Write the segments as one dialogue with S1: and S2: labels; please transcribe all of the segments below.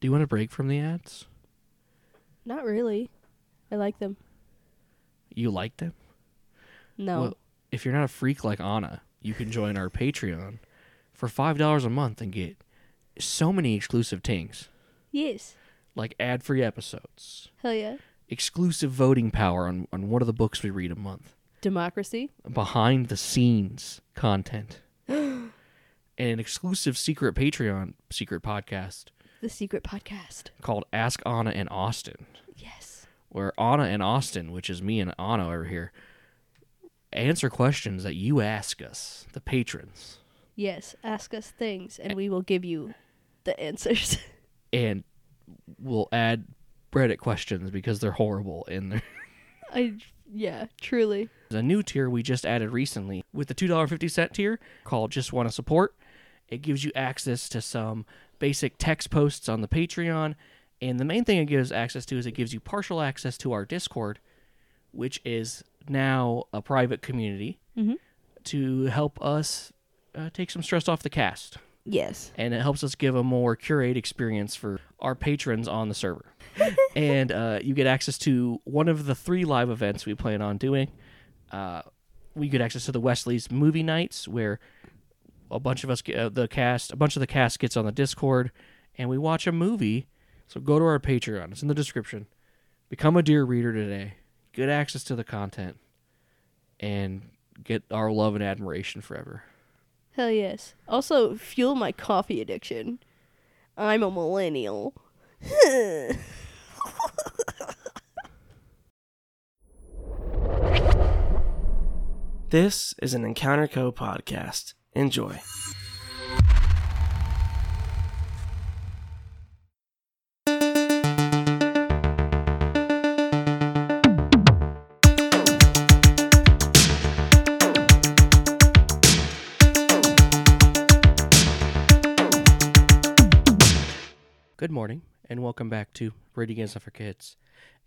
S1: Do you want a break from the ads?
S2: Not really. I like them.
S1: You like them?
S2: No.
S1: Well, if you're not a freak like Anna, you can join our Patreon for five dollars a month and get so many exclusive things,
S2: yes.
S1: like ad-free episodes,
S2: Hell yeah.
S1: exclusive voting power on on one of the books we read a month,
S2: Democracy.
S1: behind the scenes content, and an exclusive secret Patreon secret podcast
S2: The Secret Podcast.
S1: called Ask Anna and Austin,
S2: Yes.
S1: where Anna and Austin, which is me and Anna over here, answer questions that you ask us, the patrons.
S2: Yes. Ask us things and we will give you the answers.
S1: and we'll add Reddit questions because they're horrible in there.
S2: I yeah, truly.
S1: There's a new tier we just added recently with the $2.50 tier called Just Want to Support. It gives you access to some basic text posts on the Patreon. And the main thing it gives access to is it gives you partial access to our Discord, which is now a private community
S2: Mhm.
S1: to help us uh, take some stress off the cast.
S2: Yes.
S1: and it helps us give a more curated experience for our patrons on the server. and uh, you get access to one of the three live events we plan on doing. Uh, we get access to the Wesley's movie nights, where a bunch of us, get, uh, the cast, a bunch of the cast gets on the Discord, and we watch a movie. So go to our Patreon; it's in the description. Become a dear reader today. Get access to the content, and get our love and admiration forever.
S2: Hell yes. Also fuel my coffee addiction. I'm a millennial.
S3: This is an Encounter Co podcast. Enjoy.
S1: Good morning, and welcome back to Reading Isn't for Kids,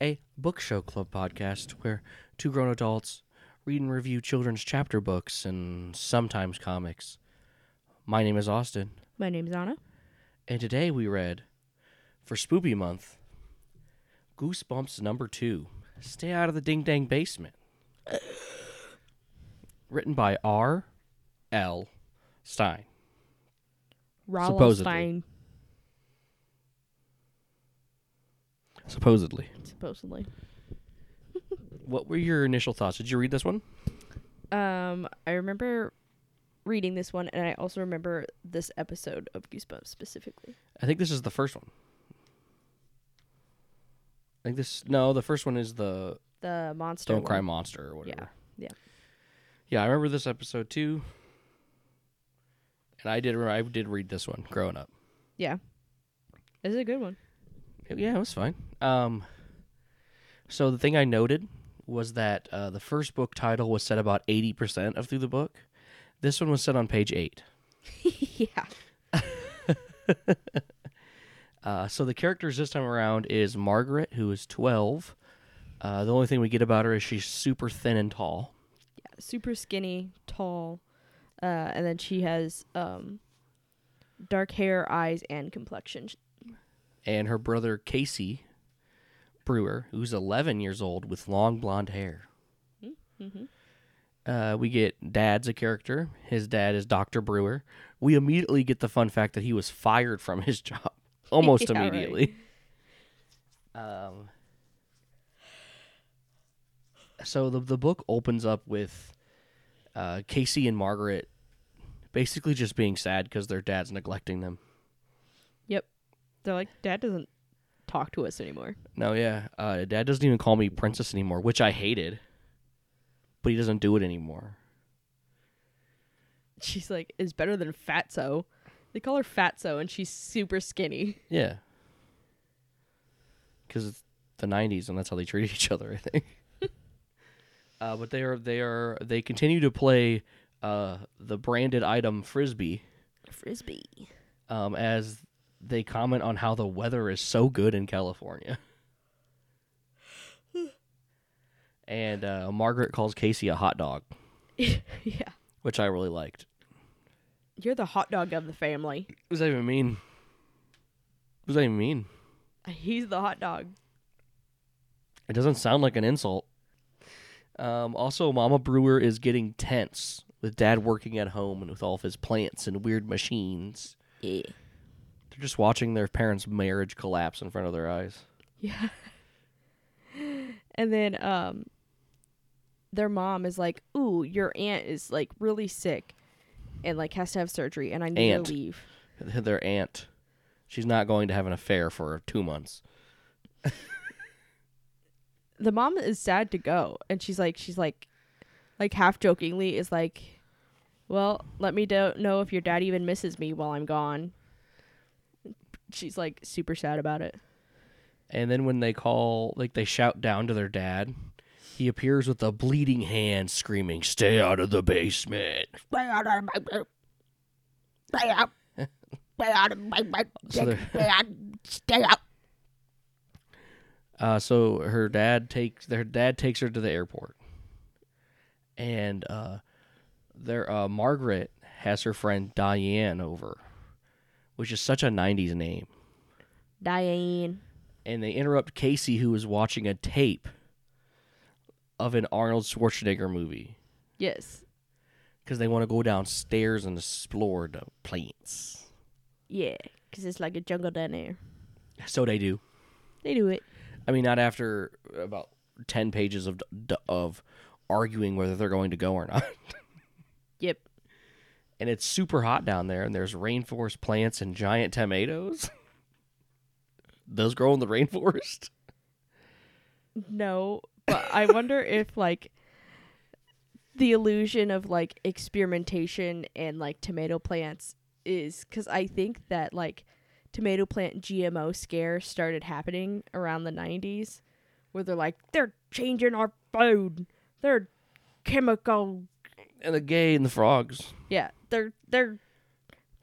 S1: a book show club podcast where two grown adults read and review children's chapter books and sometimes comics. My name is Austin,
S2: my name's Anna.
S1: and today we read, for Spoopy Month, Goosebumps number two Stay Out of the Ding Dang Basement. Written by R. L. Stein. Supposedly.
S2: Rollenstein.
S1: Supposedly.
S2: Supposedly.
S1: What were your initial thoughts? Did you read this one?
S2: Um, I remember reading this one, and I also remember this episode of Goosebumps specifically.
S1: I think this is the first one. I think this no, the first one is the
S2: The monster.
S1: Don't
S2: one.
S1: Cry Monster or whatever.
S2: Yeah,
S1: Yeah, I remember this episode too. And I did re- I did read this one growing up.
S2: Yeah. This is a good one.
S1: It- yeah, it was fine. Um so the thing I noted was that uh, the first book title was set about 80% of through the book. This one was set on page 8.
S2: yeah.
S1: Uh, so the characters this time around is Margaret, who is 12. Uh, the only thing we get about her is she's super thin and tall.
S2: Super skinny, tall, uh, and then she has um, dark hair, eyes, and complexion. Sh-
S1: and her brother Casey Brewer, who's 11 years old with long blonde hair.
S2: Mm-hmm.
S1: Uh, we get Dad's a character. His dad is Dr. Brewer. We immediately get the fun fact that he was fired from his job almost
S2: Yeah, right.
S1: immediately. Um, so the, the book opens up with uh, Casey and Margaret basically just being sad because their dad's neglecting them.
S2: Yep. They're like, Dad doesn't talk to us anymore.
S1: No, yeah. Uh, Dad doesn't even call me princess anymore, which I hated. But he doesn't do it anymore.
S2: She's like, is better than Fatso. They call her Fatso, and she's super skinny.
S1: Yeah. Because it's the '90s, and that's how they treated each other, I think. uh, but they are they are they continue to play uh, the branded item frisbee
S2: Frisbee.
S1: um, as they comment on how the weather is so good in California. and uh, Margaret calls Casey a hot dog,
S2: yeah.
S1: which I really liked.
S2: You're the hot dog of the family.
S1: What does that even mean? does that even mean?
S2: He's the hot dog.
S1: It doesn't sound like an insult. Um, also, Mama Brewer is getting tense with Dad working at home and with all of his plants and weird machines.
S2: Yeah.
S1: They're just watching their parents' marriage collapse in front of their eyes.
S2: Yeah. And then um their mom is like, "Ooh, your aunt is like really sick and like has to have surgery and I need
S1: Aunt.
S2: to leave."
S1: Their aunt, she's not going to have an affair for two months.
S2: The mom is sad to go and she's like she's like like half jokingly is like, "Well, let me do- know if your dad even misses me while I'm gone." She's like super sad about it.
S1: And then when they call, like they shout down to their dad, he appears with a bleeding hand screaming, Stay out of the basement.
S4: Stay out of my room. Stay out. Stay out of my room.
S1: So they're-
S4: Stay out. Stay out.
S1: Uh, so her dad takes their dad takes her to the airport, and uh, their uh, Margaret has her friend Diane over, which is such a '90s name.
S2: Diane.
S1: And they interrupt Casey, who is watching a tape of an Arnold Schwarzenegger movie,
S2: Yes.
S1: because they want to go downstairs and explore the plants.
S2: Yeah, cuz it's like a jungle down there.
S1: So they do.
S2: They do it.
S1: I mean, not after about ten pages of of arguing whether they're going to go or not.
S2: Yep.
S1: and it's super hot down there and there's rainforest plants and giant tomatoes those grow in the rainforest
S2: No, but I wonder if like the illusion of like experimentation and like tomato plants is cuz I think that like tomato plant GMO scare started happening around the 90s where they're like they're changing our food. They're chemical
S1: and the gay and the frogs
S2: yeah, they're they're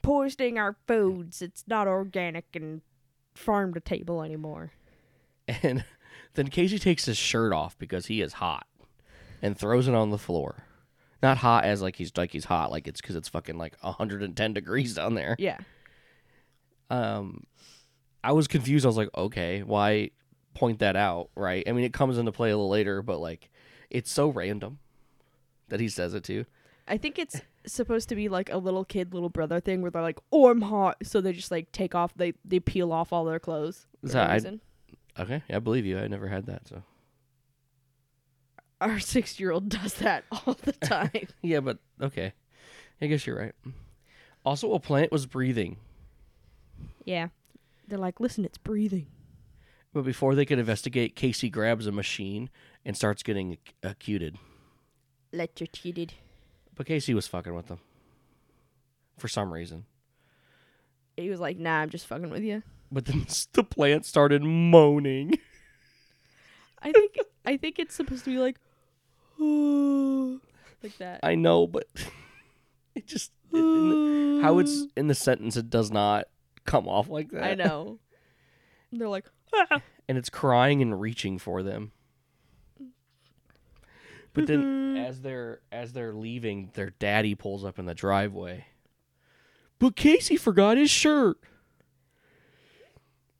S2: poisoning our foods. It's not organic and farm to table anymore.
S1: and then casey takes his shirt off because he is hot and throws it on the floor not hot as like he's like he's hot like it's because it's fucking like 110 degrees down there
S2: Yeah.
S1: um i was confused i was like okay why point that out right i mean it comes into play a little later but like it's so random that he says it too
S2: I think it's supposed to be like a little kid, little brother thing where they're like, "Oh, I'm hot," so they just like take off, they they peel off all their clothes. for
S1: Is
S2: no
S1: that- I-
S2: reason.
S1: okay i believe you i never had that so
S2: Our six year old does that all the time.
S1: Yeah, but okay. I guess you're right. Also, a plant was breathing,
S2: yeah, they're like, "Listen, it's breathing."
S1: but before they could investigate, Casey grabs a machine and starts getting ac- accuted.
S2: Let you cheated.
S1: But Casey was fucking with them for some reason.
S2: He was like, "Nah, I'm just fucking with you."
S1: But then s- the plant started moaning.
S2: I think I think it's supposed to be like, like that.
S1: I know, but it just it- in the- how it's in the sentence, it does not come off like that.
S2: I know. And they're like,
S1: and it's crying and reaching for them. But then as they're as they're leaving, their daddy pulls up in the driveway. But Casey forgot his shirt.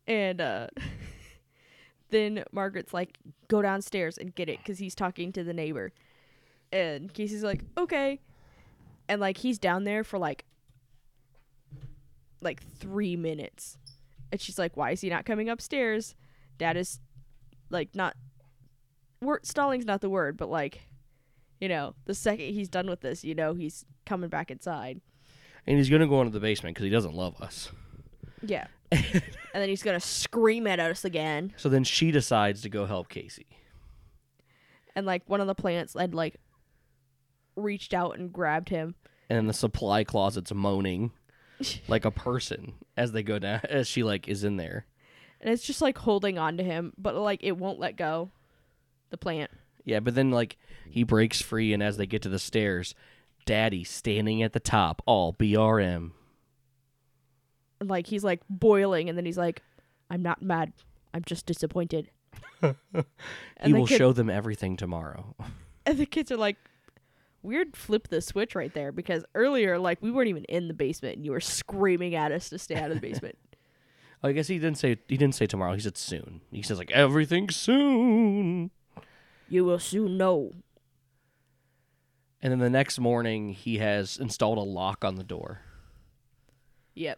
S2: And uh, then Margaret's like, go downstairs and get it because he's talking to the neighbor. And Casey's like, okay. And like, he's down there for like, like three minutes. And she's like, why is he not coming upstairs? Dad is like, not, wor- stalling's not the word, but like, you know, the second he's done with this, you know, he's coming back inside.
S1: And he's gonna go into the basement because he doesn't love us.
S2: Yeah. and then he's going to scream at us again.
S1: So then she decides to go help Casey.
S2: and like one of the plants had like reached out and grabbed him.
S1: And then the supply closet's moaning like a person as they go down as she like is in there.
S2: And it's just like holding on to him, but like it won't let go. The plant.
S1: Yeah, but then like he breaks free and as they get to the stairs, Daddy standing at the top, all BRM.
S2: And like he's like boiling and then he's like, I'm not mad. I'm just disappointed.
S1: he
S2: the
S1: will
S2: kid-
S1: show them everything tomorrow.
S2: And the kids are like Weird flip the switch right there because earlier, like, we weren't even in the basement and you were screaming at us to stay out of the basement.
S1: Oh, I guess he didn't say he didn't say tomorrow. He said soon. He says like everything soon.
S2: You will soon know.
S1: And then the next morning, he has installed a lock on the door,
S2: Yep.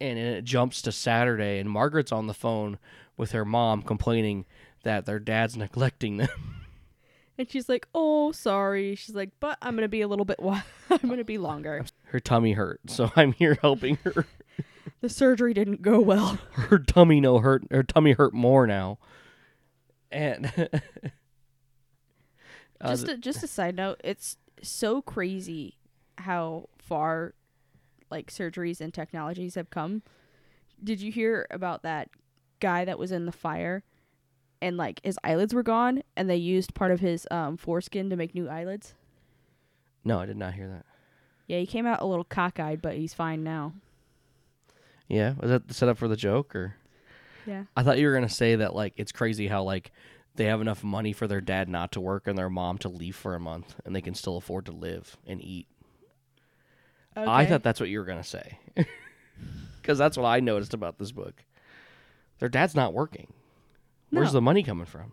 S1: and it jumps to Saturday, and Margaret's on the phone with her mom complaining that their dad's neglecting them.
S2: And she's like, "Oh, sorry." She's like, "But I'm gonna be a little bit. Wi- I'm gonna be longer.
S1: Her tummy hurt, so I'm here helping her.
S2: The surgery didn't go well."
S1: Her tummy no hurt. Her tummy hurt more now, and Uh,
S2: just a, just a side note, it's so crazy how far like surgeries and technologies have come. Did you hear about that guy that was in the fire and like his eyelids were gone and they used part of his um, foreskin to make new eyelids?
S1: no, I did not hear that.
S2: Yeah, he came out a little cockeyed, but he's fine now.
S1: Yeah, was that the setup for the joke or?
S2: Yeah.
S1: I thought you were gonna say that like it's crazy how like they have enough money for their dad not to work and their mom to leave for a month and they can still afford to live and eat. I thought that's what you were gonna say because that's what I noticed about this book. Their dad's not working. Where's
S2: No.
S1: the money coming from?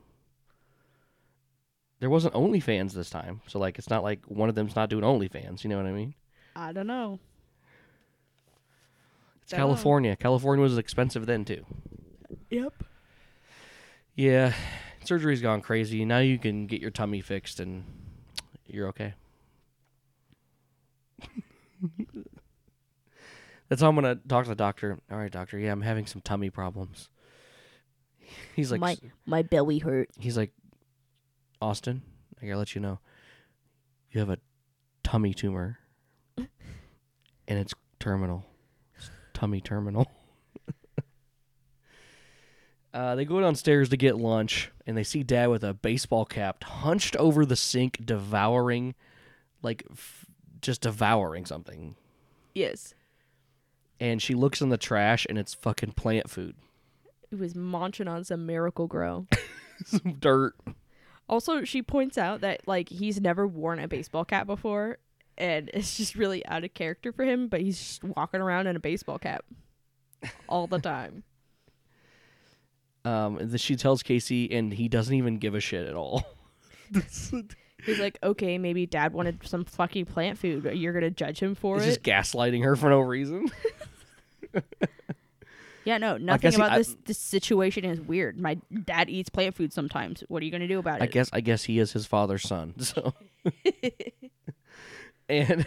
S1: There wasn't OnlyFans this time, so like it's not like one of them's not doing OnlyFans. You know what I mean?
S2: I don't know.
S1: It's
S2: Dunno.
S1: California. California was expensive then too.
S2: Yep.
S1: Yeah, surgery's gone crazy. Now you can get your tummy fixed and you're okay. That's how I'm gonna talk to the doctor. All right, doctor. Yeah, I'm having some tummy problems. He's like,
S2: my my belly hurt.
S1: he's like, Austin, I gotta let you know, you have a tummy tumor, and it's terminal, It's tummy terminal. uh, they go downstairs to get lunch, and they see Dad with a baseball cap hunched over the sink, devouring, like, f- just devouring something.
S2: Yes.
S1: And she looks in the trash, and it's fucking plant food,
S2: He was munching on some miracle grow.
S1: some dirt.
S2: Also, she points out that like he's never worn a baseball cap before, and it's just really out of character for him. But he's just walking around in a baseball cap all the time.
S1: Um, and then she tells Casey, and he doesn't even give a shit at all.
S2: He's like, okay, maybe Dad wanted some fucking plant food, but you're gonna judge him for
S1: It's just
S2: it.
S1: gaslighting her for no reason.
S2: Yeah, no,
S1: guess
S2: nothing
S1: he-
S2: about
S1: I-
S2: this. This situation is weird. My dad eats plant food sometimes. What are you gonna do about
S1: I
S2: it?
S1: guess I guess he is his father's son. So and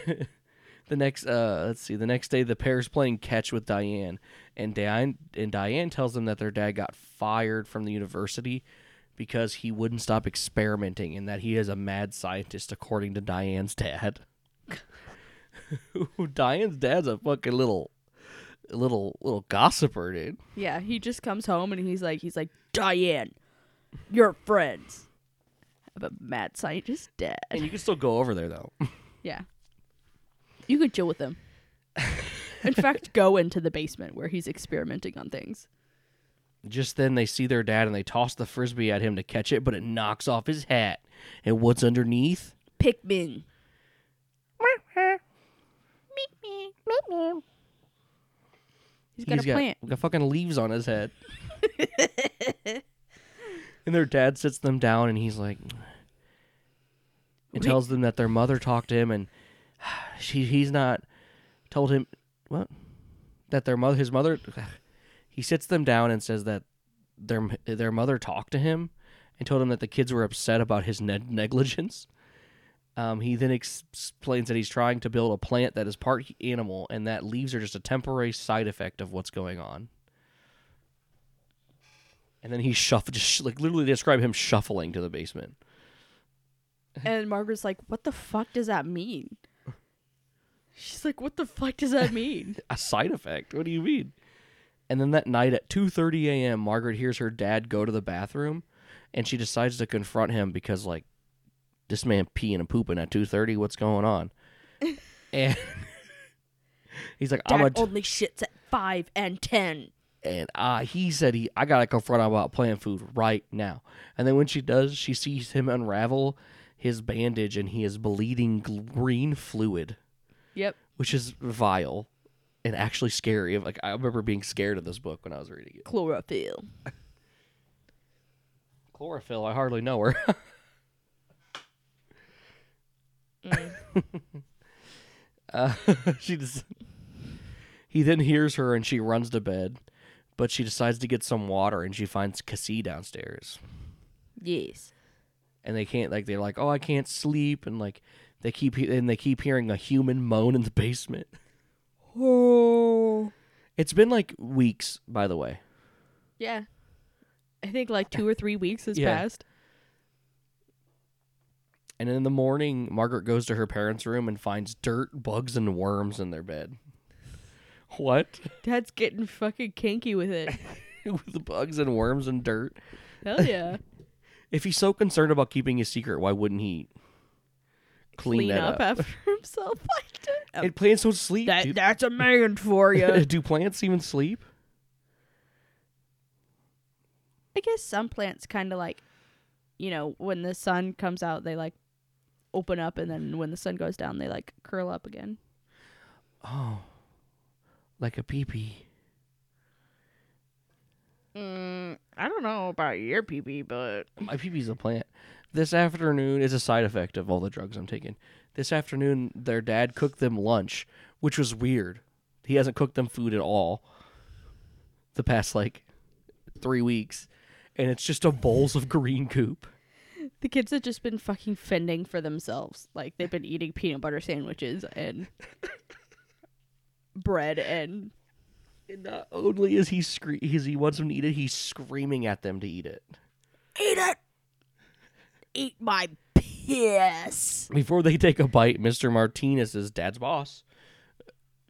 S1: the next uh let's see, the next day the pair's playing catch with Diane and Diane and Diane tells them that their dad got fired from the university because he wouldn't stop experimenting and that he is a mad scientist according to Diane's dad. Diane's dad's a fucking little little little gossiper, dude.
S2: yeah, he just comes home and he's like, he's like, Diane, you're friends. I'm a mad scientist dad.
S1: And you can still go over there though.
S2: Yeah. You could chill with him. In fact, go into the basement where he's experimenting on things.
S1: Just then, they see their dad and they toss the frisbee at him to catch it, but it knocks off his hat. And what's underneath?
S2: Pikmin. He's got a plant.
S1: got fucking leaves on his head. and their dad sits them down and he's like, and tells them that their mother talked to him and she he's not told him what that their mother his mother he sits them down and says that their their mother talked to him and told him that the kids were upset about his ne- negligence. Um, he then ex- explains that he's trying to build a plant that is part animal, and that leaves are just a temporary side effect of what's going on. And then he shuffle, just sh- like literally describe him shuffling to the basement.
S2: And Margaret's like, what the fuck does that mean? She's like, what the fuck does that mean?
S1: a side effect. What do you mean? And then that night at 2:30 a.m., Margaret hears her dad go to the bathroom, and she decides to confront him because like this man peeing and pooping at 2:30. What's going on? and he's like, "I'm a,"
S2: Dad only shits at five and ten.
S1: and uh, he said he I gotta confront him about plant food right now. And then when she does, she sees him unravel his bandage, and he is bleeding green fluid,
S2: Yep.
S1: which is vile. and actually scary. Of like I remember being scared of this book when I was reading it.
S2: Chlorophyll.
S1: Chlorophyll, I hardly know her. uh, she just, he then hears her and she runs to bed, but she decides to get some water and she finds Cassie downstairs.
S2: Yes.
S1: and they can't like they're like oh i can't sleep and like they keep he- and they keep hearing a human moan in the basement
S2: Oh.
S1: it's been like weeks by the way
S2: Yeah. I think like two or three weeks has
S1: Yeah.
S2: passed.
S1: and in the morning margaret goes to her parents room and finds dirt bugs and worms in their bed what
S2: Dad's getting fucking kinky with it.
S1: with the bugs and worms and dirt
S2: Hell yeah.
S1: if he's so concerned about keeping his secret why wouldn't he clean,
S2: Clean
S1: that
S2: up,
S1: up,
S2: after himself. Like, dude,
S1: and plants don't sleep
S2: that,
S1: dude.
S2: that's a man for you.
S1: do plants even sleep
S2: I guess some plants kind of like, you know, when the sun comes out, they like open up, and then when the sun goes down, they like curl up again.
S1: oh like a pee-pee
S4: Mm, I don't know about your PB, but
S1: My peepee's a plant. This afternoon is a side effect of all the drugs I'm taking. This afternoon, their dad cooked them lunch, which was weird. He hasn't cooked them food at all the past like three weeks, and it's just a bowls of green goop.
S2: The kids have just been fucking fending for themselves. Like they've been eating peanut butter sandwiches and bread and
S1: And not only is he scre- is he wants them to eat it, he's screaming at them to eat it.
S4: eat it. Eat my piss.
S1: Before they take a bite, Mr. Martinez's dad's boss,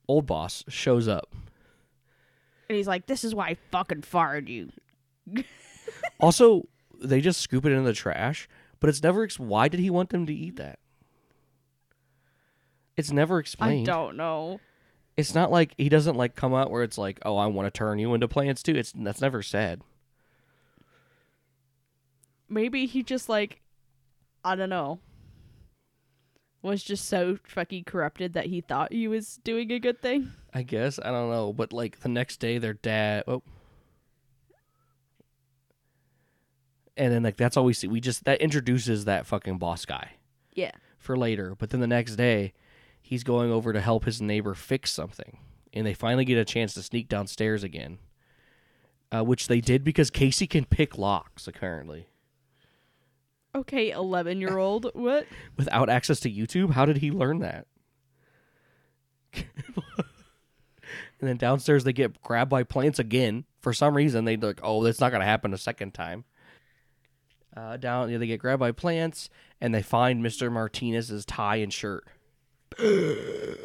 S1: old boss, shows up.
S4: And he's like, "This is why I fucking fired you."
S1: Also, they just scoop it into the trash, but it's never. Ex- why did he want them to eat that? It's never
S2: I
S1: explained.
S4: Oh,
S2: don't know.
S1: It's not like he doesn't like come out where it's like, oh, I want to turn you into plants too. It's that's never said.
S2: Maybe he just like I don't know. Was just so fucking corrupted that he thought he was doing a good thing.
S1: I guess I don't know, but like the next day, their dad. Oh. And then like that's all we see. We just that introduces that fucking boss guy.
S2: Yeah.
S1: for later. But then the next day, he's going over to help his neighbor fix something, and they finally get a chance to sneak downstairs again, uh, which they did because Casey can pick locks apparently.
S2: Okay, eleven year old. What?
S1: Without access to YouTube, how did he learn that? and then downstairs, they get grabbed by plants again. For some reason, they like, oh, that's not gonna happen a second time. Uh, down, yeah, they get grabbed by plants, and they find Mr. Martinez's tie and shirt.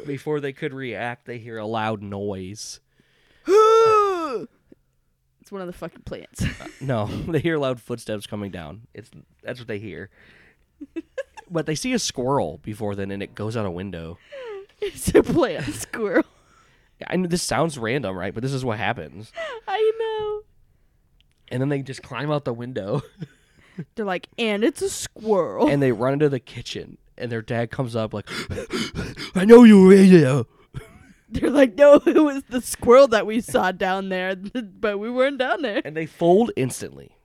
S1: Before they could react, they hear a loud noise.
S2: It's one of the fucking plants.
S1: No, they hear loud footsteps coming down. It's that's what they hear. but they see a squirrel before then, and it goes out a window.
S2: it's a plant squirrel.
S1: Yeah, I know this sounds random, right? But this is what happens.
S2: I
S1: And then they just climb out the window
S2: know. They're like, and it's a squirrel.
S1: and they run into the kitchen. And their dad comes up like, "I know you were in there."
S2: They're like, no, it was the squirrel that we saw down there, but we weren't down there.
S1: And they fold instantly.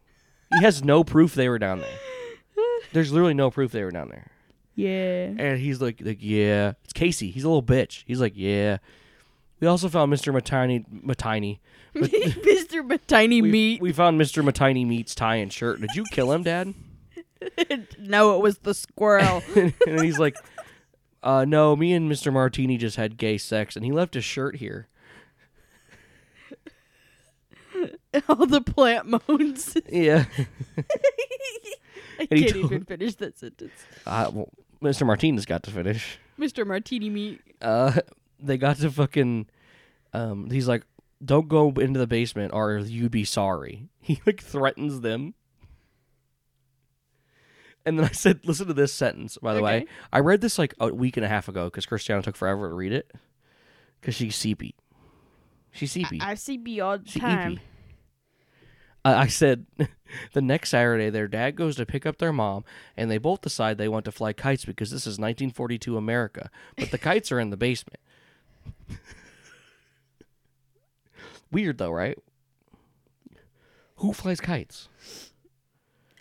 S1: He has no proof they were down there. There's literally no proof they were down there.
S2: Yeah.
S1: And he's like, like yeah. It's Casey. He's a little bitch. He's like, yeah. We also found Mr. Matiny. Matiny.
S2: Mr. Tiny
S1: We,
S2: Meat.
S1: We found Mr. Matiny Meat's tie and shirt. Did you kill him, Dad?
S2: no, it was the squirrel.
S1: and then he's like, uh, "No, me and Mr. Martini just had gay sex, and he left his shirt here."
S2: All the plant moans.
S1: Yeah,
S2: I
S1: he
S2: can't
S1: told-
S2: even finish that sentence.
S1: uh, well, Mr. Martini's got to finish.
S2: Mr. Martini Meat.
S1: Uh, they got to fucking. Um, he's like, "Don't go into the basement, or you'd be sorry." He like threatens them. And then I said, "Listen to this sentence." By the way,
S2: Okay.
S1: I read this like a week and a half ago because Christiana took forever to read it because she's seepy. She's seepy.
S2: I see beyond
S1: She
S2: time.
S1: eepy. I I said, the next Saturday, their dad goes to pick up their mom, and they both decide they want to fly kites because this is 1942 America. But the kites are in the basement. Weird though, right? Who flies kites?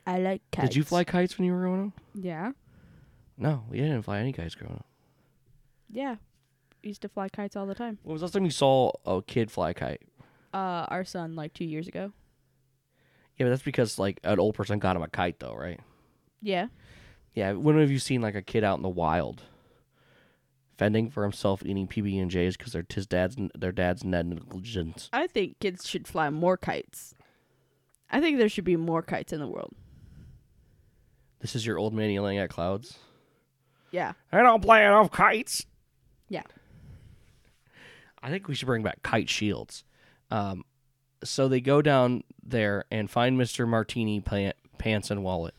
S2: I like kites.
S1: Did you fly kites when you were growing up?
S2: Yeah.
S1: No, we didn't fly any kites growing up.
S2: Yeah. Used to fly kites all the time.
S1: When was the last time you saw a kid fly a kite?
S2: Uh, our son like two years ago.
S1: Yeah, but that's because like an old person got him a kite though, right?
S2: Yeah.
S1: Yeah, when have you seen like a kid out in the wild fending for himself, eating PB and J's because they're his dad's their dad's negligence?
S2: I think kids should fly more kites. I think there should be more kites in the world.
S1: This is your old man yelling at clouds.
S2: Yeah.
S1: I don't play enough kites.
S2: Yeah.
S1: I think we should bring back kite shields. Um, so they go down there and find Mister Martini plant, pants and wallet.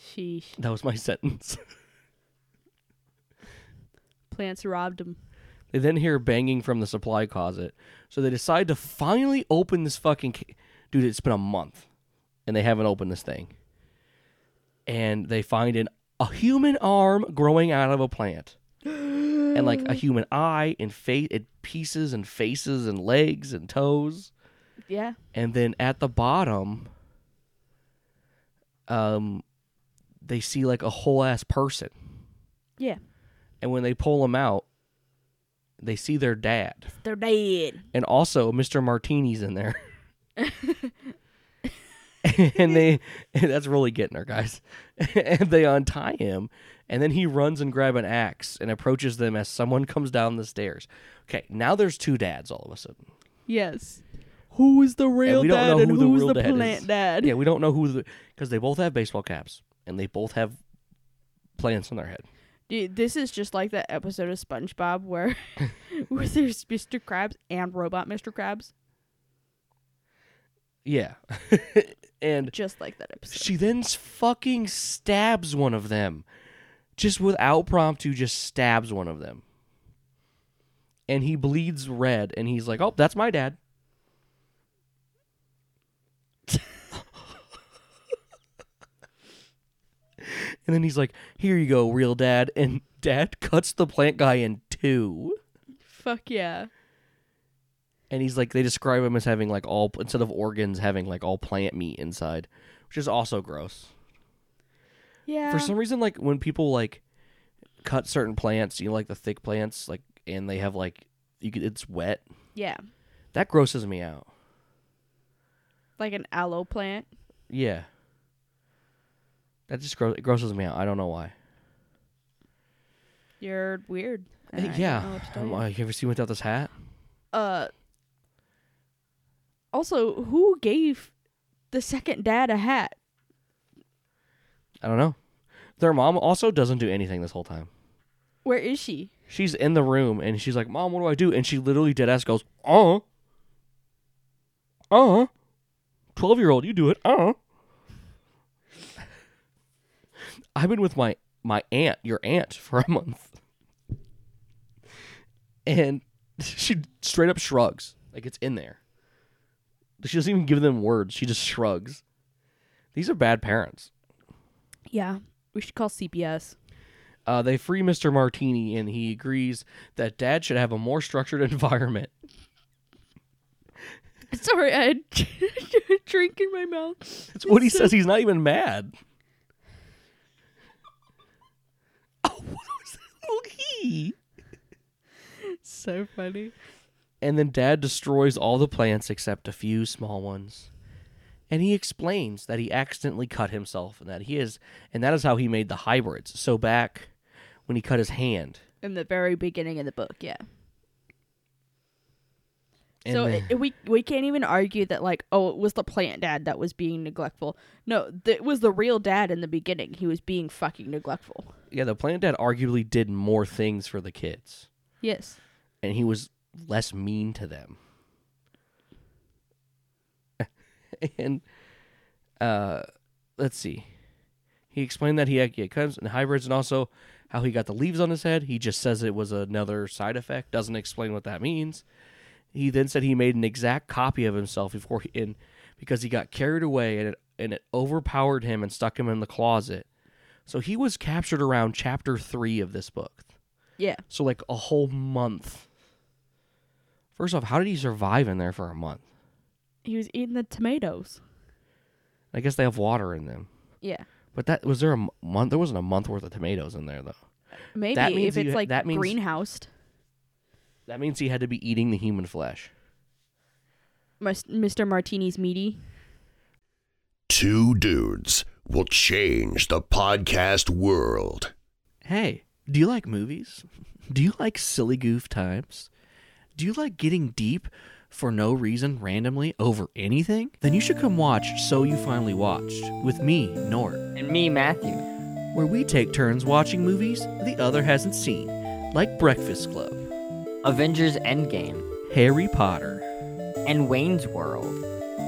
S2: Sheesh.
S1: That was my sentence.
S2: Plants robbed him.
S1: They then hear banging from the supply closet, so they decide to finally open this fucking. Ca- Dude, it's been a month, and they haven't opened this thing. And they find an a human arm growing out of a plant, and like a human eye and face, and pieces and faces and legs and toes.
S2: Yeah.
S1: And then at the bottom, um, they see like a whole ass person.
S2: Yeah.
S1: And when they pull him out, they see their dad.
S2: They're dead.
S1: and also Mr. Martini's in there. and they and that's really getting her, guys. and they untie him, and then he runs and grab an axe and approaches them as someone comes down the stairs. Okay, now there's two dads all of a sudden.
S2: Yes. Who is the real
S1: we don't
S2: dad
S1: know
S2: and
S1: who the
S2: who's
S1: real
S2: the
S1: dad is.
S2: plant dad?
S1: Yeah, we don't know who the because they both have baseball caps and they both have plants on their head.
S2: Dude, this is just like that episode of SpongeBob where where there's Mr. Krabs and robot Mr. Krabs.
S1: Yeah, and
S2: Just like that episode.
S1: she then s- fucking stabs one of them, just without promptu, just stabs one of them. And he bleeds red, and he's like, "Oh, that's my dad." and then he's like, "Here you go, real dad." And dad cuts the plant guy in two.
S2: Fuck yeah.
S1: And he's like, they describe him as having like all instead of organs, having like all plant meat inside, which is also gross.
S2: Yeah.
S1: for some reason like when people like cut certain plants you know like the thick plants like and they have like you could, it's wet
S2: yeah.
S1: that grosses me out
S2: Like an aloe plant.
S1: yeah that just gro- it grosses me out i don't know why
S2: You're weird. and I don't know
S1: yeah
S2: what to tell
S1: um,
S2: you.
S1: uh, you ever seen without this hat
S2: uh also who gave the second dad a hat
S1: i don't know their mom also doesn't do anything this whole time
S2: where is she
S1: she's in the room and she's like mom what do i do and she literally dead ass goes uh uh 12 year old you do it uh i've been with my my aunt your aunt for a month and she straight up shrugs like it's in there she doesn't even give them words she just shrugs these are bad parents
S2: yeah we should call cps
S1: uh, they free Mr. Martini, and he agrees that Dad should have a more structured environment.
S2: sorry i had a drink in my mouth
S1: That's what he says. He's not even mad. Oh, what was that little key?
S2: so funny
S1: And then Dad destroys all the plants except a few small ones. And he explains that he accidentally cut himself, and that he is, and that is how he made the hybrids. So back when he cut his hand,
S2: in the very beginning of the book yeah
S1: and
S2: so
S1: then-
S2: it, we we can't even argue that like oh it was the plant dad that was being neglectful no th- it was the real dad in the beginning he was being fucking neglectful
S1: yeah, the plant dad arguably did more things for the kids.
S2: yes
S1: and he was less mean to them. and uh, let's see. He explained that he had yeah, comes and hybrids and also how he got the leaves on his head. He just says it was another side effect, doesn't explain what that means. He then said he made an exact copy of himself before he, in because he got carried away and it, and it overpowered him and stuck him in the closet. So he was captured around chapter 3 of this book.
S2: yeah
S1: So like a whole month First off, how did he survive in there for a month?
S2: He was eating the tomatoes.
S1: I guess they have water in them.
S2: Yeah,
S1: But that was there a m- month? There wasn't a month worth of tomatoes in there though.
S2: maybe
S1: That means
S2: if it's
S1: you-
S2: like
S1: that means-
S2: greenhoused.
S1: That means he had to be eating the human flesh.
S2: Mus- Mr. Martini's meaty.
S5: Two dudes will change the podcast world.
S1: Hey, do you like movies? Do you like silly goof times? Do you like getting deep for no reason randomly over anything? Then you should come watch So You Finally Watched with me, Nort,
S6: And me, Matthew.
S1: where we take turns watching movies the other hasn't seen, like Breakfast Club,
S6: Avengers Endgame.
S1: Harry Potter.
S6: And Wayne's World.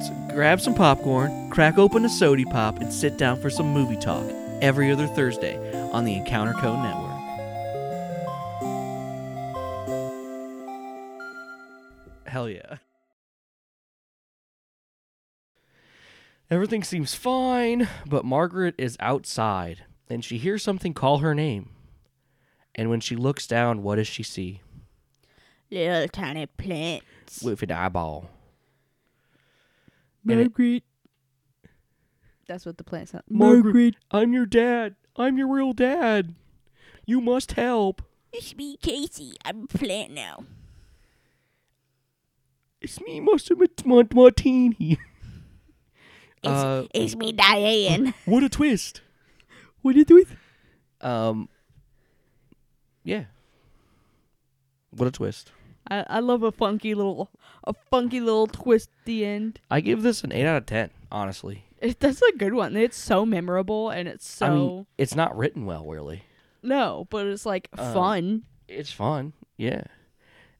S1: So grab some popcorn, crack open a sody pop, and sit down for some movie talk every other Thursday on the Encounter Code Network. Hell yeah. Everything seems fine, but Margaret is outside and she hears something call her name. And when she looks down, what does she see?
S4: Little tiny plants.
S1: With an eyeball. And it-
S2: Margaret. That's what the plant sound.
S1: Margaret, I'm your dad. I'm your real dad. You must help.
S4: It's me, Casey. I'm a plant now.
S1: It's me, Master Mart- Mart- Martini. uh,
S4: It's me, Diane.
S1: what a twist.
S2: What are you doing?
S1: Um, yeah. What a twist.
S2: I, I love a funky little a funky little twist at the end.
S1: I give this an 8 out of 10, honestly.
S2: It, Eh, that's a good one. It's so memorable and it's so
S1: I mean, it's not written well, really.
S2: no, but it's like
S1: Uh,
S2: fun.
S1: It's fun. Yeah.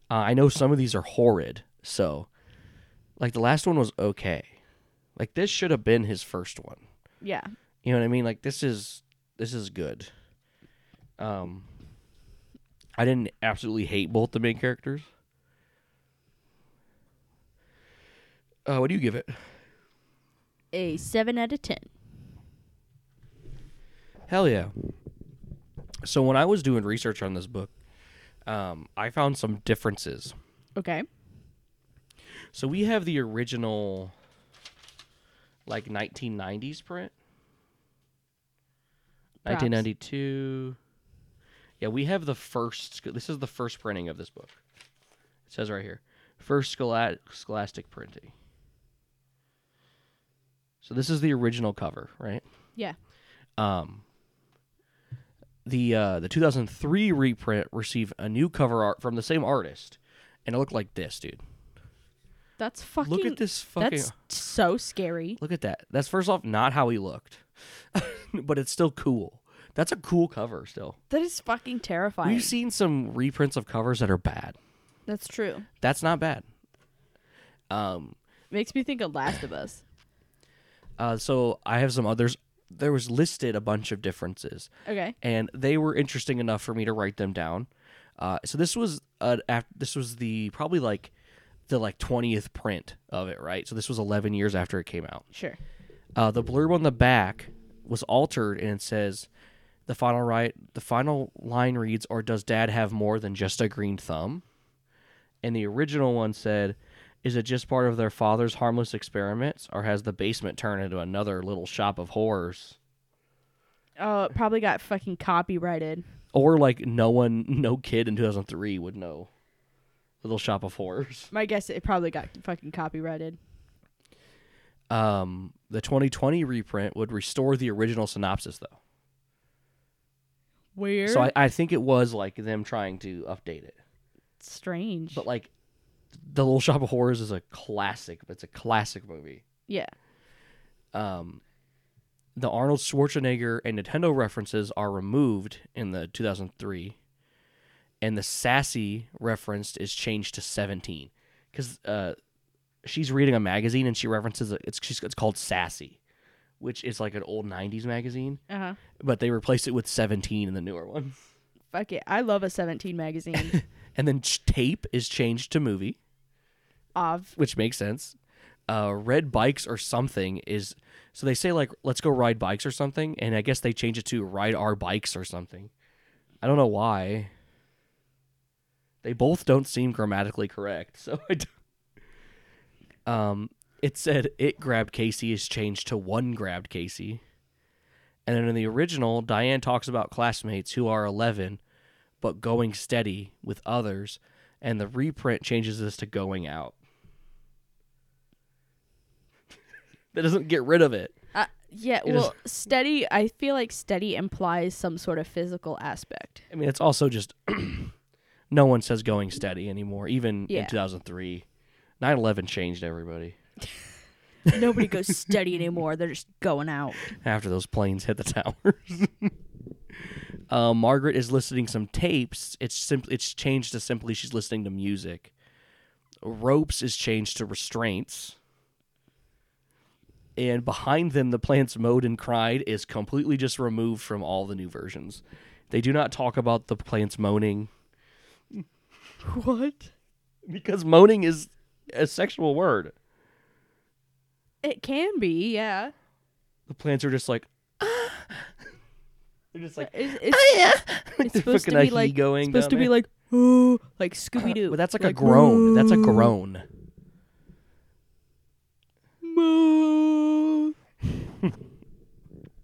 S1: Uh, I know some of these are horrid. So, like, the last one was okay. Like, this should have been his first one.
S2: Yeah,
S1: You know what I mean? Like this is this is good. Um I didn't absolutely hate both the main characters. Uh, what do you give it?
S2: a seven out of ten.
S1: Hell yeah. So when I was doing research on this book, um, I found some differences.
S2: Okay.
S1: So we have the original like 1990s print.
S2: Perhaps.
S1: 1992. Yeah, we have the first this is the first printing of this book. It says right here. First schola- scholastic printing. So this is the original cover, right?
S2: Yeah.
S1: Um the uh, the 2003 reprint received a new cover art from the same artist, and it looked like this, dude.
S2: That's fucking.
S1: Look at this fucking.
S2: That's so scary.
S1: Look at that. That's first off not how he looked, but it's still cool. That's a cool cover still.
S2: That is fucking terrifying.
S1: We've seen some reprints of covers that are bad.
S2: That's true.
S1: That's not bad. Um.
S2: Makes me think of Last of Us.
S1: Uh. So I have some others. There was listed a bunch of differences,
S2: Okay.
S1: and they were interesting enough for me to write them down. Uh. So this was uh. After, this was the probably like the like twentieth print of it, right? So this was eleven years after it came out.
S2: Sure.
S1: Uh, the blurb on the back was altered, and it says, "The final right, the final line reads, or does Dad have more than just a green thumb?" And the original one said, "Is it just part of their father's harmless experiments, or has the basement turned into another little shop of horrors?"
S2: Oh, it probably got fucking copyrighted.
S1: Or like no one, no kid in two thousand three would know, little shop of horrors.
S2: My guess, it probably got fucking copyrighted.
S1: Um, the twenty twenty reprint would restore the original synopsis though.
S2: Weird.
S1: So I, I think it was like them trying to update it.
S2: strange.
S1: But like, The Little Shop of Horrors is a classic. It's a classic movie.
S2: yeah.
S1: Um, the Arnold Schwarzenegger and Nintendo references are removed in the 2003, and the sassy referenced is changed to 17 because uh, she's reading a magazine and she references it. It's she's, it's called Sassy, which is like an old 90s magazine,
S2: Uh huh.
S1: but they replaced it with 17 in the newer one.
S2: Fuck it. I love a 17 magazine.
S1: And then ch- tape is changed to movie.
S2: of
S1: which makes sense. Uh, red bikes or something is so they say like let's go ride bikes or something, and I guess they change it to ride our bikes or something. I don't know why. They both don't seem grammatically correct, so I don't. Um, it said it grabbed Casey is changed to one grabbed Casey, and then in the original, Diane talks about classmates who are eleven, but going steady with others, and the reprint changes this to going out. that doesn't get rid of it.
S2: Uh, yeah,
S1: It
S2: well, steady. I feel like steady implies some sort of physical aspect.
S1: I mean, it's also just no one says going steady anymore. Even
S2: Yeah.
S1: in 2003, 9/11 changed everybody
S2: Nobody goes steady anymore. They're just going out.
S1: after those planes hit the towers. uh, Margaret is listening some tapes. It's simply it's changed to simply she's listening to music. Ropes is changed to restraints. And behind them, the plants mowed and cried is completely just removed from all the new versions. They do not talk about the plants moaning.
S2: What?
S1: Because moaning is a sexual word.
S2: It can be, yeah.
S1: The plants are just like they're just like
S2: It's, it's, it's
S1: They're
S2: supposed to
S1: fucking
S2: be
S1: a
S2: like
S1: he-going
S2: supposed to
S1: down
S2: be
S1: there.
S2: like ooh, like Scooby Doo.
S1: Well that's like, mm. a groan. That's a groan. Mm.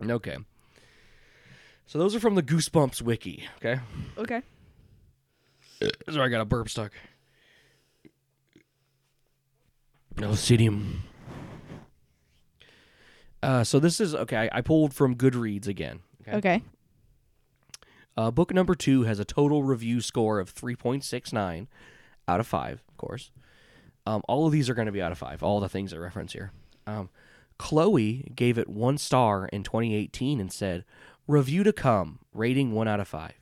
S1: okay. So those are from the Goosebumps wiki, okay?
S2: Okay.
S1: Sorry, I got a burp stuck. Oncidium. Uh, so this is okay. I, I pulled from Goodreads again.
S2: Okay.
S1: Uh, book number two has a total review score of 3.69 out of 5, of course. Um, all of these are going to be out of 5, all the things I reference here. Um, Chloe gave it one star in 2018 and said, Review to come, rating 1 out of 5.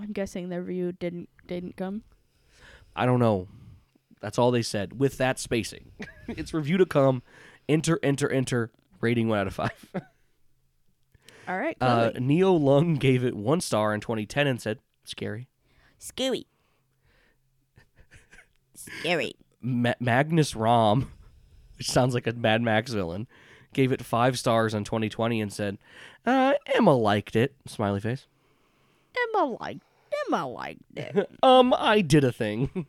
S2: I'm guessing the review didn't didn't come.
S1: I don't know. That's all they said with that spacing. it's review to come, enter, enter, enter, rating 1 out of 5.
S2: All right.
S1: Uh,
S2: Chloe.
S1: Neo Lung gave it one star in 2010 and said, Scary.
S4: Scooby. Scary.
S1: Ma- Magnus Rom, which sounds like a Mad Max villain, gave it five stars in 2020 and said, uh, "Emma liked it." Smiley face.
S2: Emma liked Emma liked it.
S1: Um, I did a thing.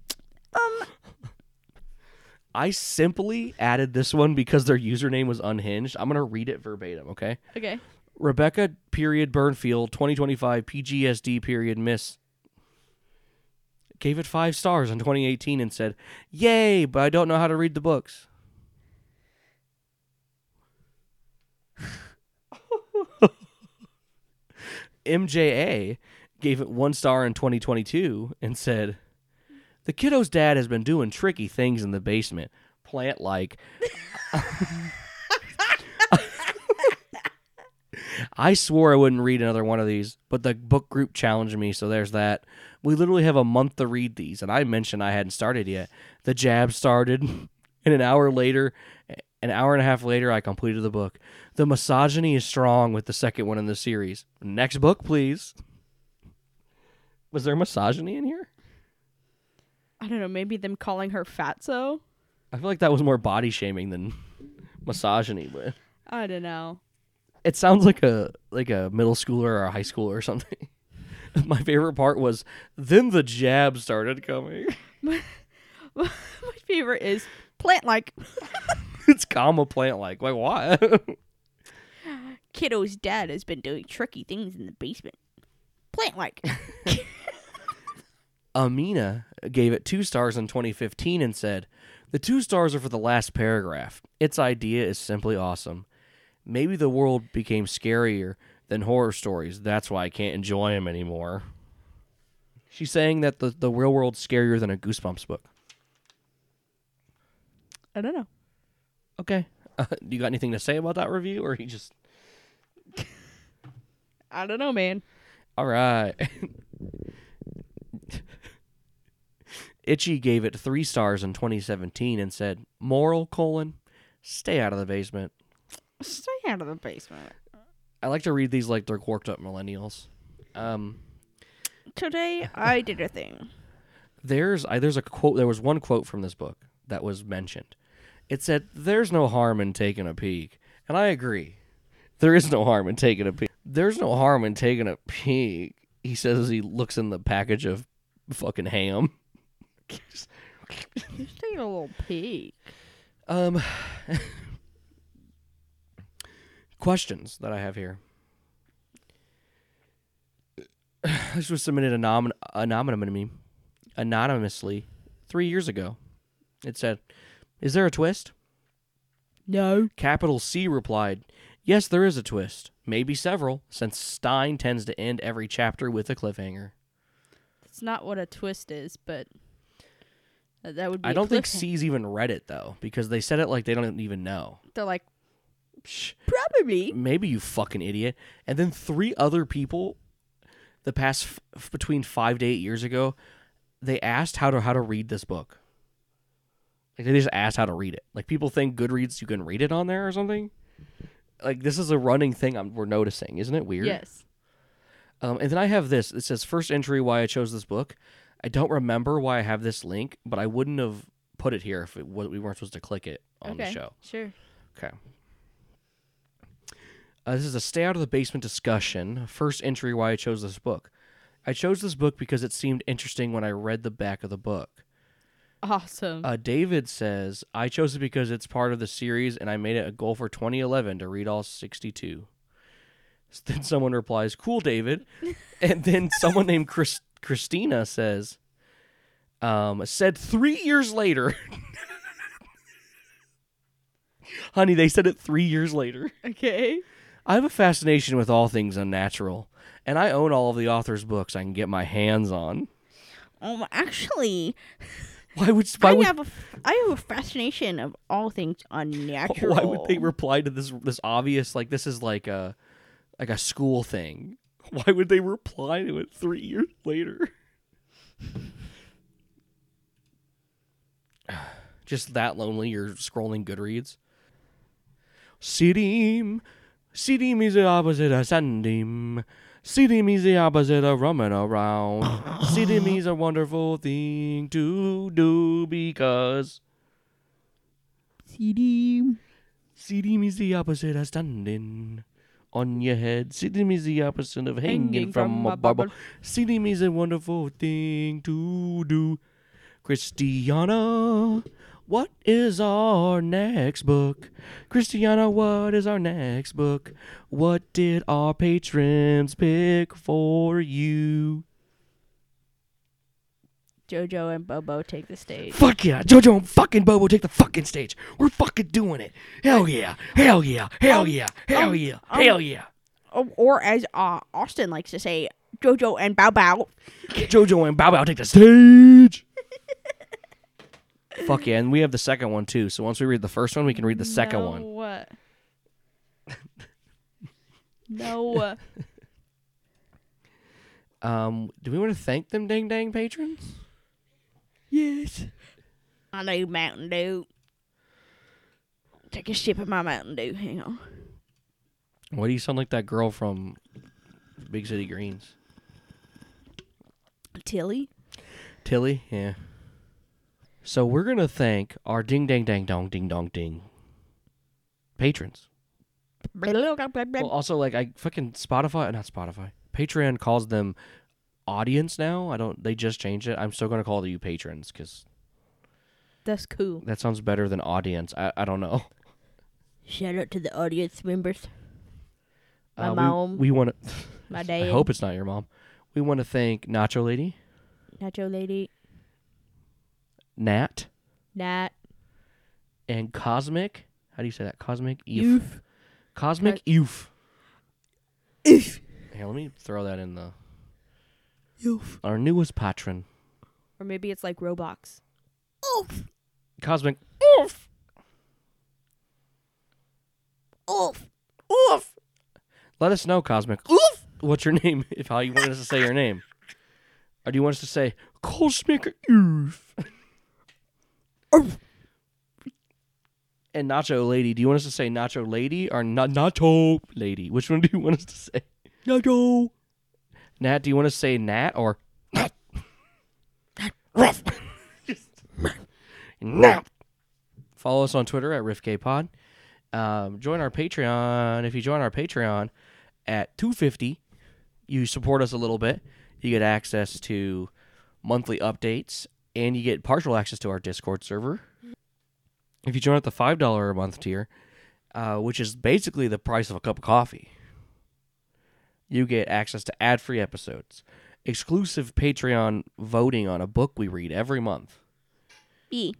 S1: um, I simply added this one because their username was unhinged. I'm gonna read it verbatim. Okay.
S2: okay.
S1: Rebecca period Burnfield 2025 PGSD period miss gave it five stars in 2018 and said, "Yay!" But I don't know how to read the books. MJA gave it one star in 2022 and said, "The kiddo's dad has been doing tricky things in the basement, plant like." I swore I wouldn't read another one of these, but the book group challenged me, so there's that. We literally have a month to read these, and I mentioned I hadn't started yet. The jab started, and an hour later, an hour and a half later, I completed the book. The misogyny is strong with the second one in the series. Next book, please. Was there misogyny in here?
S2: I don't know. Maybe them calling her fatso.
S1: I feel like that was more body shaming than misogyny, but
S2: I don't know.
S1: it sounds like a like a middle schooler or a high schooler or something. My favorite part was then the jab started coming.
S2: My favorite is plant like
S1: it's comma plant like like what?
S2: kiddo's dad has been doing tricky things in the basement.
S4: Plant like.
S1: Amina gave it two stars in 2015 and said, "The two stars are for the last paragraph. Its idea is simply awesome. Maybe the world became scarier than horror stories. That's why I can't enjoy them anymore." She's saying that the the real world's scarier than a Goosebumps book.
S2: I don't know.
S1: Okay. Uh, you got anything to say about that review, or you just
S2: I don't know, man.
S1: all right? Itchy gave it three stars in 2017 and said, "Moral colon, stay out of the basement."
S2: Stay out of the basement.
S1: I like to read these like they're corked up millennials. Um,
S2: Today I did a thing.
S1: there's I, there's a quote. There was one quote from this book that was mentioned. It said, "There's no harm in taking a peek," and I agree. There is no harm in taking a peek. There's no harm in taking a peek. he says as he looks in the package of fucking ham.
S2: Just taking a little peek.
S1: Um, questions that I have here. This was submitted anom- anonymously, anonymously three years ago. It said, "Is there a twist?"
S2: No.
S1: Capital C replied, Yes, there is a twist. Maybe several, since Stein tends to end every chapter with a cliffhanger.
S2: It's not what a twist is, but that- that would be.
S1: I
S2: a
S1: don't think
S2: cliffhanger.
S1: C's even read it, though, because they said it like they don't even know.
S2: They're like
S1: Psh,
S2: probably.
S1: maybe you fucking idiot. And then three other people, the past f- f- between five to eight years ago, they asked how to how to read this book. Like they just asked how to read it. Like people think Goodreads you can read it on there or something. Like this is a running thing I'm, we're noticing, isn't it weird?
S2: Yes.
S1: Um, and then I have this. It says first entry why I chose this book. I don't remember why I have this link, but I wouldn't have put it here if it was, we weren't supposed to click it on
S2: okay.
S1: the show.
S2: Sure.
S1: Okay. Uh, this is a stay out of the basement discussion. First entry why I chose this book. I chose this book because it seemed interesting when I read the back of the book.
S2: Awesome.
S1: Uh, David says, I chose it because it's part of the series and I made it a goal for 2011 to read all 62. So then someone replies, Cool, David. and then someone named Chris- Christina says, um, Said three years later. Honey, they said it three years later.
S2: okay.
S1: I have a fascination with all things unnatural, and I own all of the author's books I can get my hands on.
S4: Um, actually,
S1: Why would why
S4: I
S1: would
S4: have a f- I have a fascination of all things unnatural.
S1: Why would they reply to this this obvious like this is like a like a school thing? Why would they reply to it three years later? Just that lonely, you're scrolling Goodreads. Sidim, Sidim is the opposite of Sandim. Sidim is the opposite of running around. Sidim is a wonderful thing to do because
S2: CD.
S1: Sidim is the opposite of standing on your head. Sidim is the opposite of hanging, from, a bubble. Sidim is a wonderful thing to do. Christiana, what is our next book? Christiana, what is our next book? What did our patrons pick for you?
S2: Jojo and Bobo take the stage.
S1: Fuck yeah, JoJo and fucking Bobo take the fucking stage. We're fucking doing it. Hell yeah, hell yeah, hell yeah, hell yeah, hell yeah.
S4: Um, or as uh, Austin likes to say, Jojo and Bow Bow.
S1: JoJo and Bow Wow take the stage. Fuck yeah, and we have the second one too. So once we read the first one, we can read the second one.
S2: What? no.
S1: Um, do we want to thank them, dang dang patrons?
S2: yes.
S4: I need Mountain Dew. Take a sip of my Mountain Dew. Hang on.
S1: Why do you sound like that girl from Big City Greens?
S4: Tilly.
S1: Tilly, yeah. So we're gonna thank our ding dang dang dong ding dong ding patrons. Well, also like I fucking Spotify, not Spotify. Patreon calls them audience now. I don't. They just changed it. I'm still gonna call you patrons because
S2: That's cool.
S1: That sounds better than audience. I, I don't know.
S4: Shout out to the audience members.
S2: My
S1: Uh, we-
S2: mom.
S1: We, want to.
S2: My dad.
S1: I hope it's not your mom. We want to thank Nacho Lady,
S2: Nacho Lady.
S1: Nat,
S2: Nat.
S1: and Cosmic. How do you say that? Cosmic Eve.
S2: Youth.
S1: Cosmic Eve.
S2: If.
S1: Here, let me throw that in the. Our newest patron,
S2: Or maybe it's like Roblox.
S1: Cosmic.
S4: Oof.
S1: Oof. Let us know, Cosmic. Oof. What's your name? If how you want us to say your name, or do you want us to say Cosmic Oof? And Nacho Lady, do you want us to say Nacho Lady or na- Nacho Lady? Which one do you want us to say? Nacho. Nat, do you want to say Nat or Nat? Riff. Just- Nat. Follow us on Twitter at RiffKPod. Um, join our Patreon if you join our Patreon at 250. you support us a little bit, you get access to monthly updates, and you get partial access to our Discord server. If you join at the five dollar a month tier, uh, which is basically the price of a cup of coffee, you get access to ad free episodes, exclusive Patreon voting on a book we read every month.
S4: Yeah.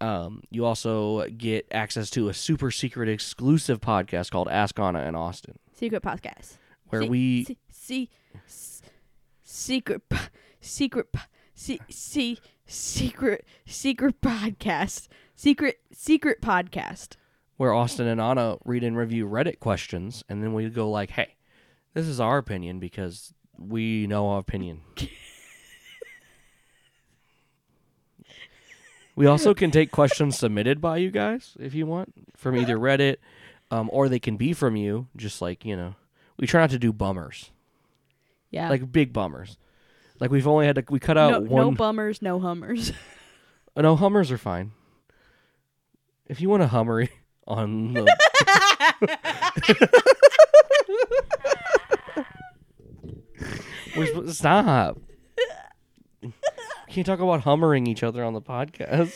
S1: Um, you also get access to a super secret exclusive podcast called Ask Anna and Austin,
S2: Secret podcast.
S1: where
S2: Se-
S1: we
S2: se- se- s- secret po- secret po- se- se- secret secret podcast secret secret podcast.
S1: where Austin and Anna read and review Reddit questions, and then we go like, "Hey, this is our opinion because we know our opinion." we also can take questions submitted by you guys if you want from either Reddit, um, or they can be from you. Just like you know, we try not to do bummers,
S2: Yeah.
S1: like big bummers. Like we've only had to, we cut out
S2: no,
S1: one.
S2: no bummers, no hummers.
S1: Uh, No, Hummers are fine. If you want a Hummer on the. We're sp- Stop. We can't talk about hummering each other on the podcast.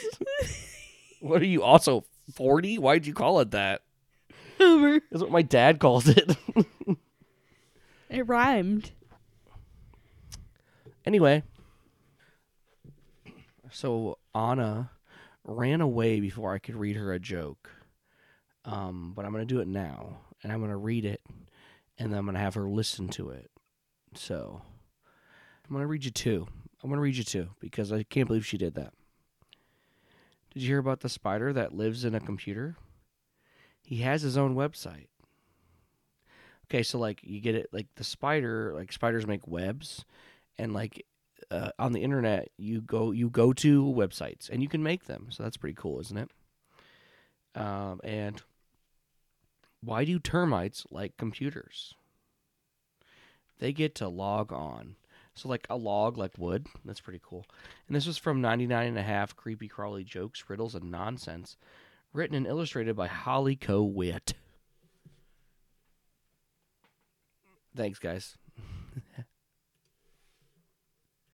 S1: what are you also 40? Why'd you call it that?
S2: Hummer.
S1: That's what my dad calls it.
S2: It rhymed.
S1: Anyway, so Anna ran away before I could read her a joke. Um, but I'm going to do it now, and I'm going to read it, and then I'm going to have her listen to it. So I'm going to read you two. I'm going to read you two because I can't believe she did that. Did you hear about the spider that lives in a computer? He has his own website. Okay, so like you get it, like the spider, like spiders make webs and like uh, on the internet you go you go to websites and you can make them so that's pretty cool isn't it um, and why do termites like computers they get to log on so like a log like wood that's pretty cool and this was from 99 and a half creepy crawly jokes riddles and nonsense written and illustrated by holly co witt thanks guys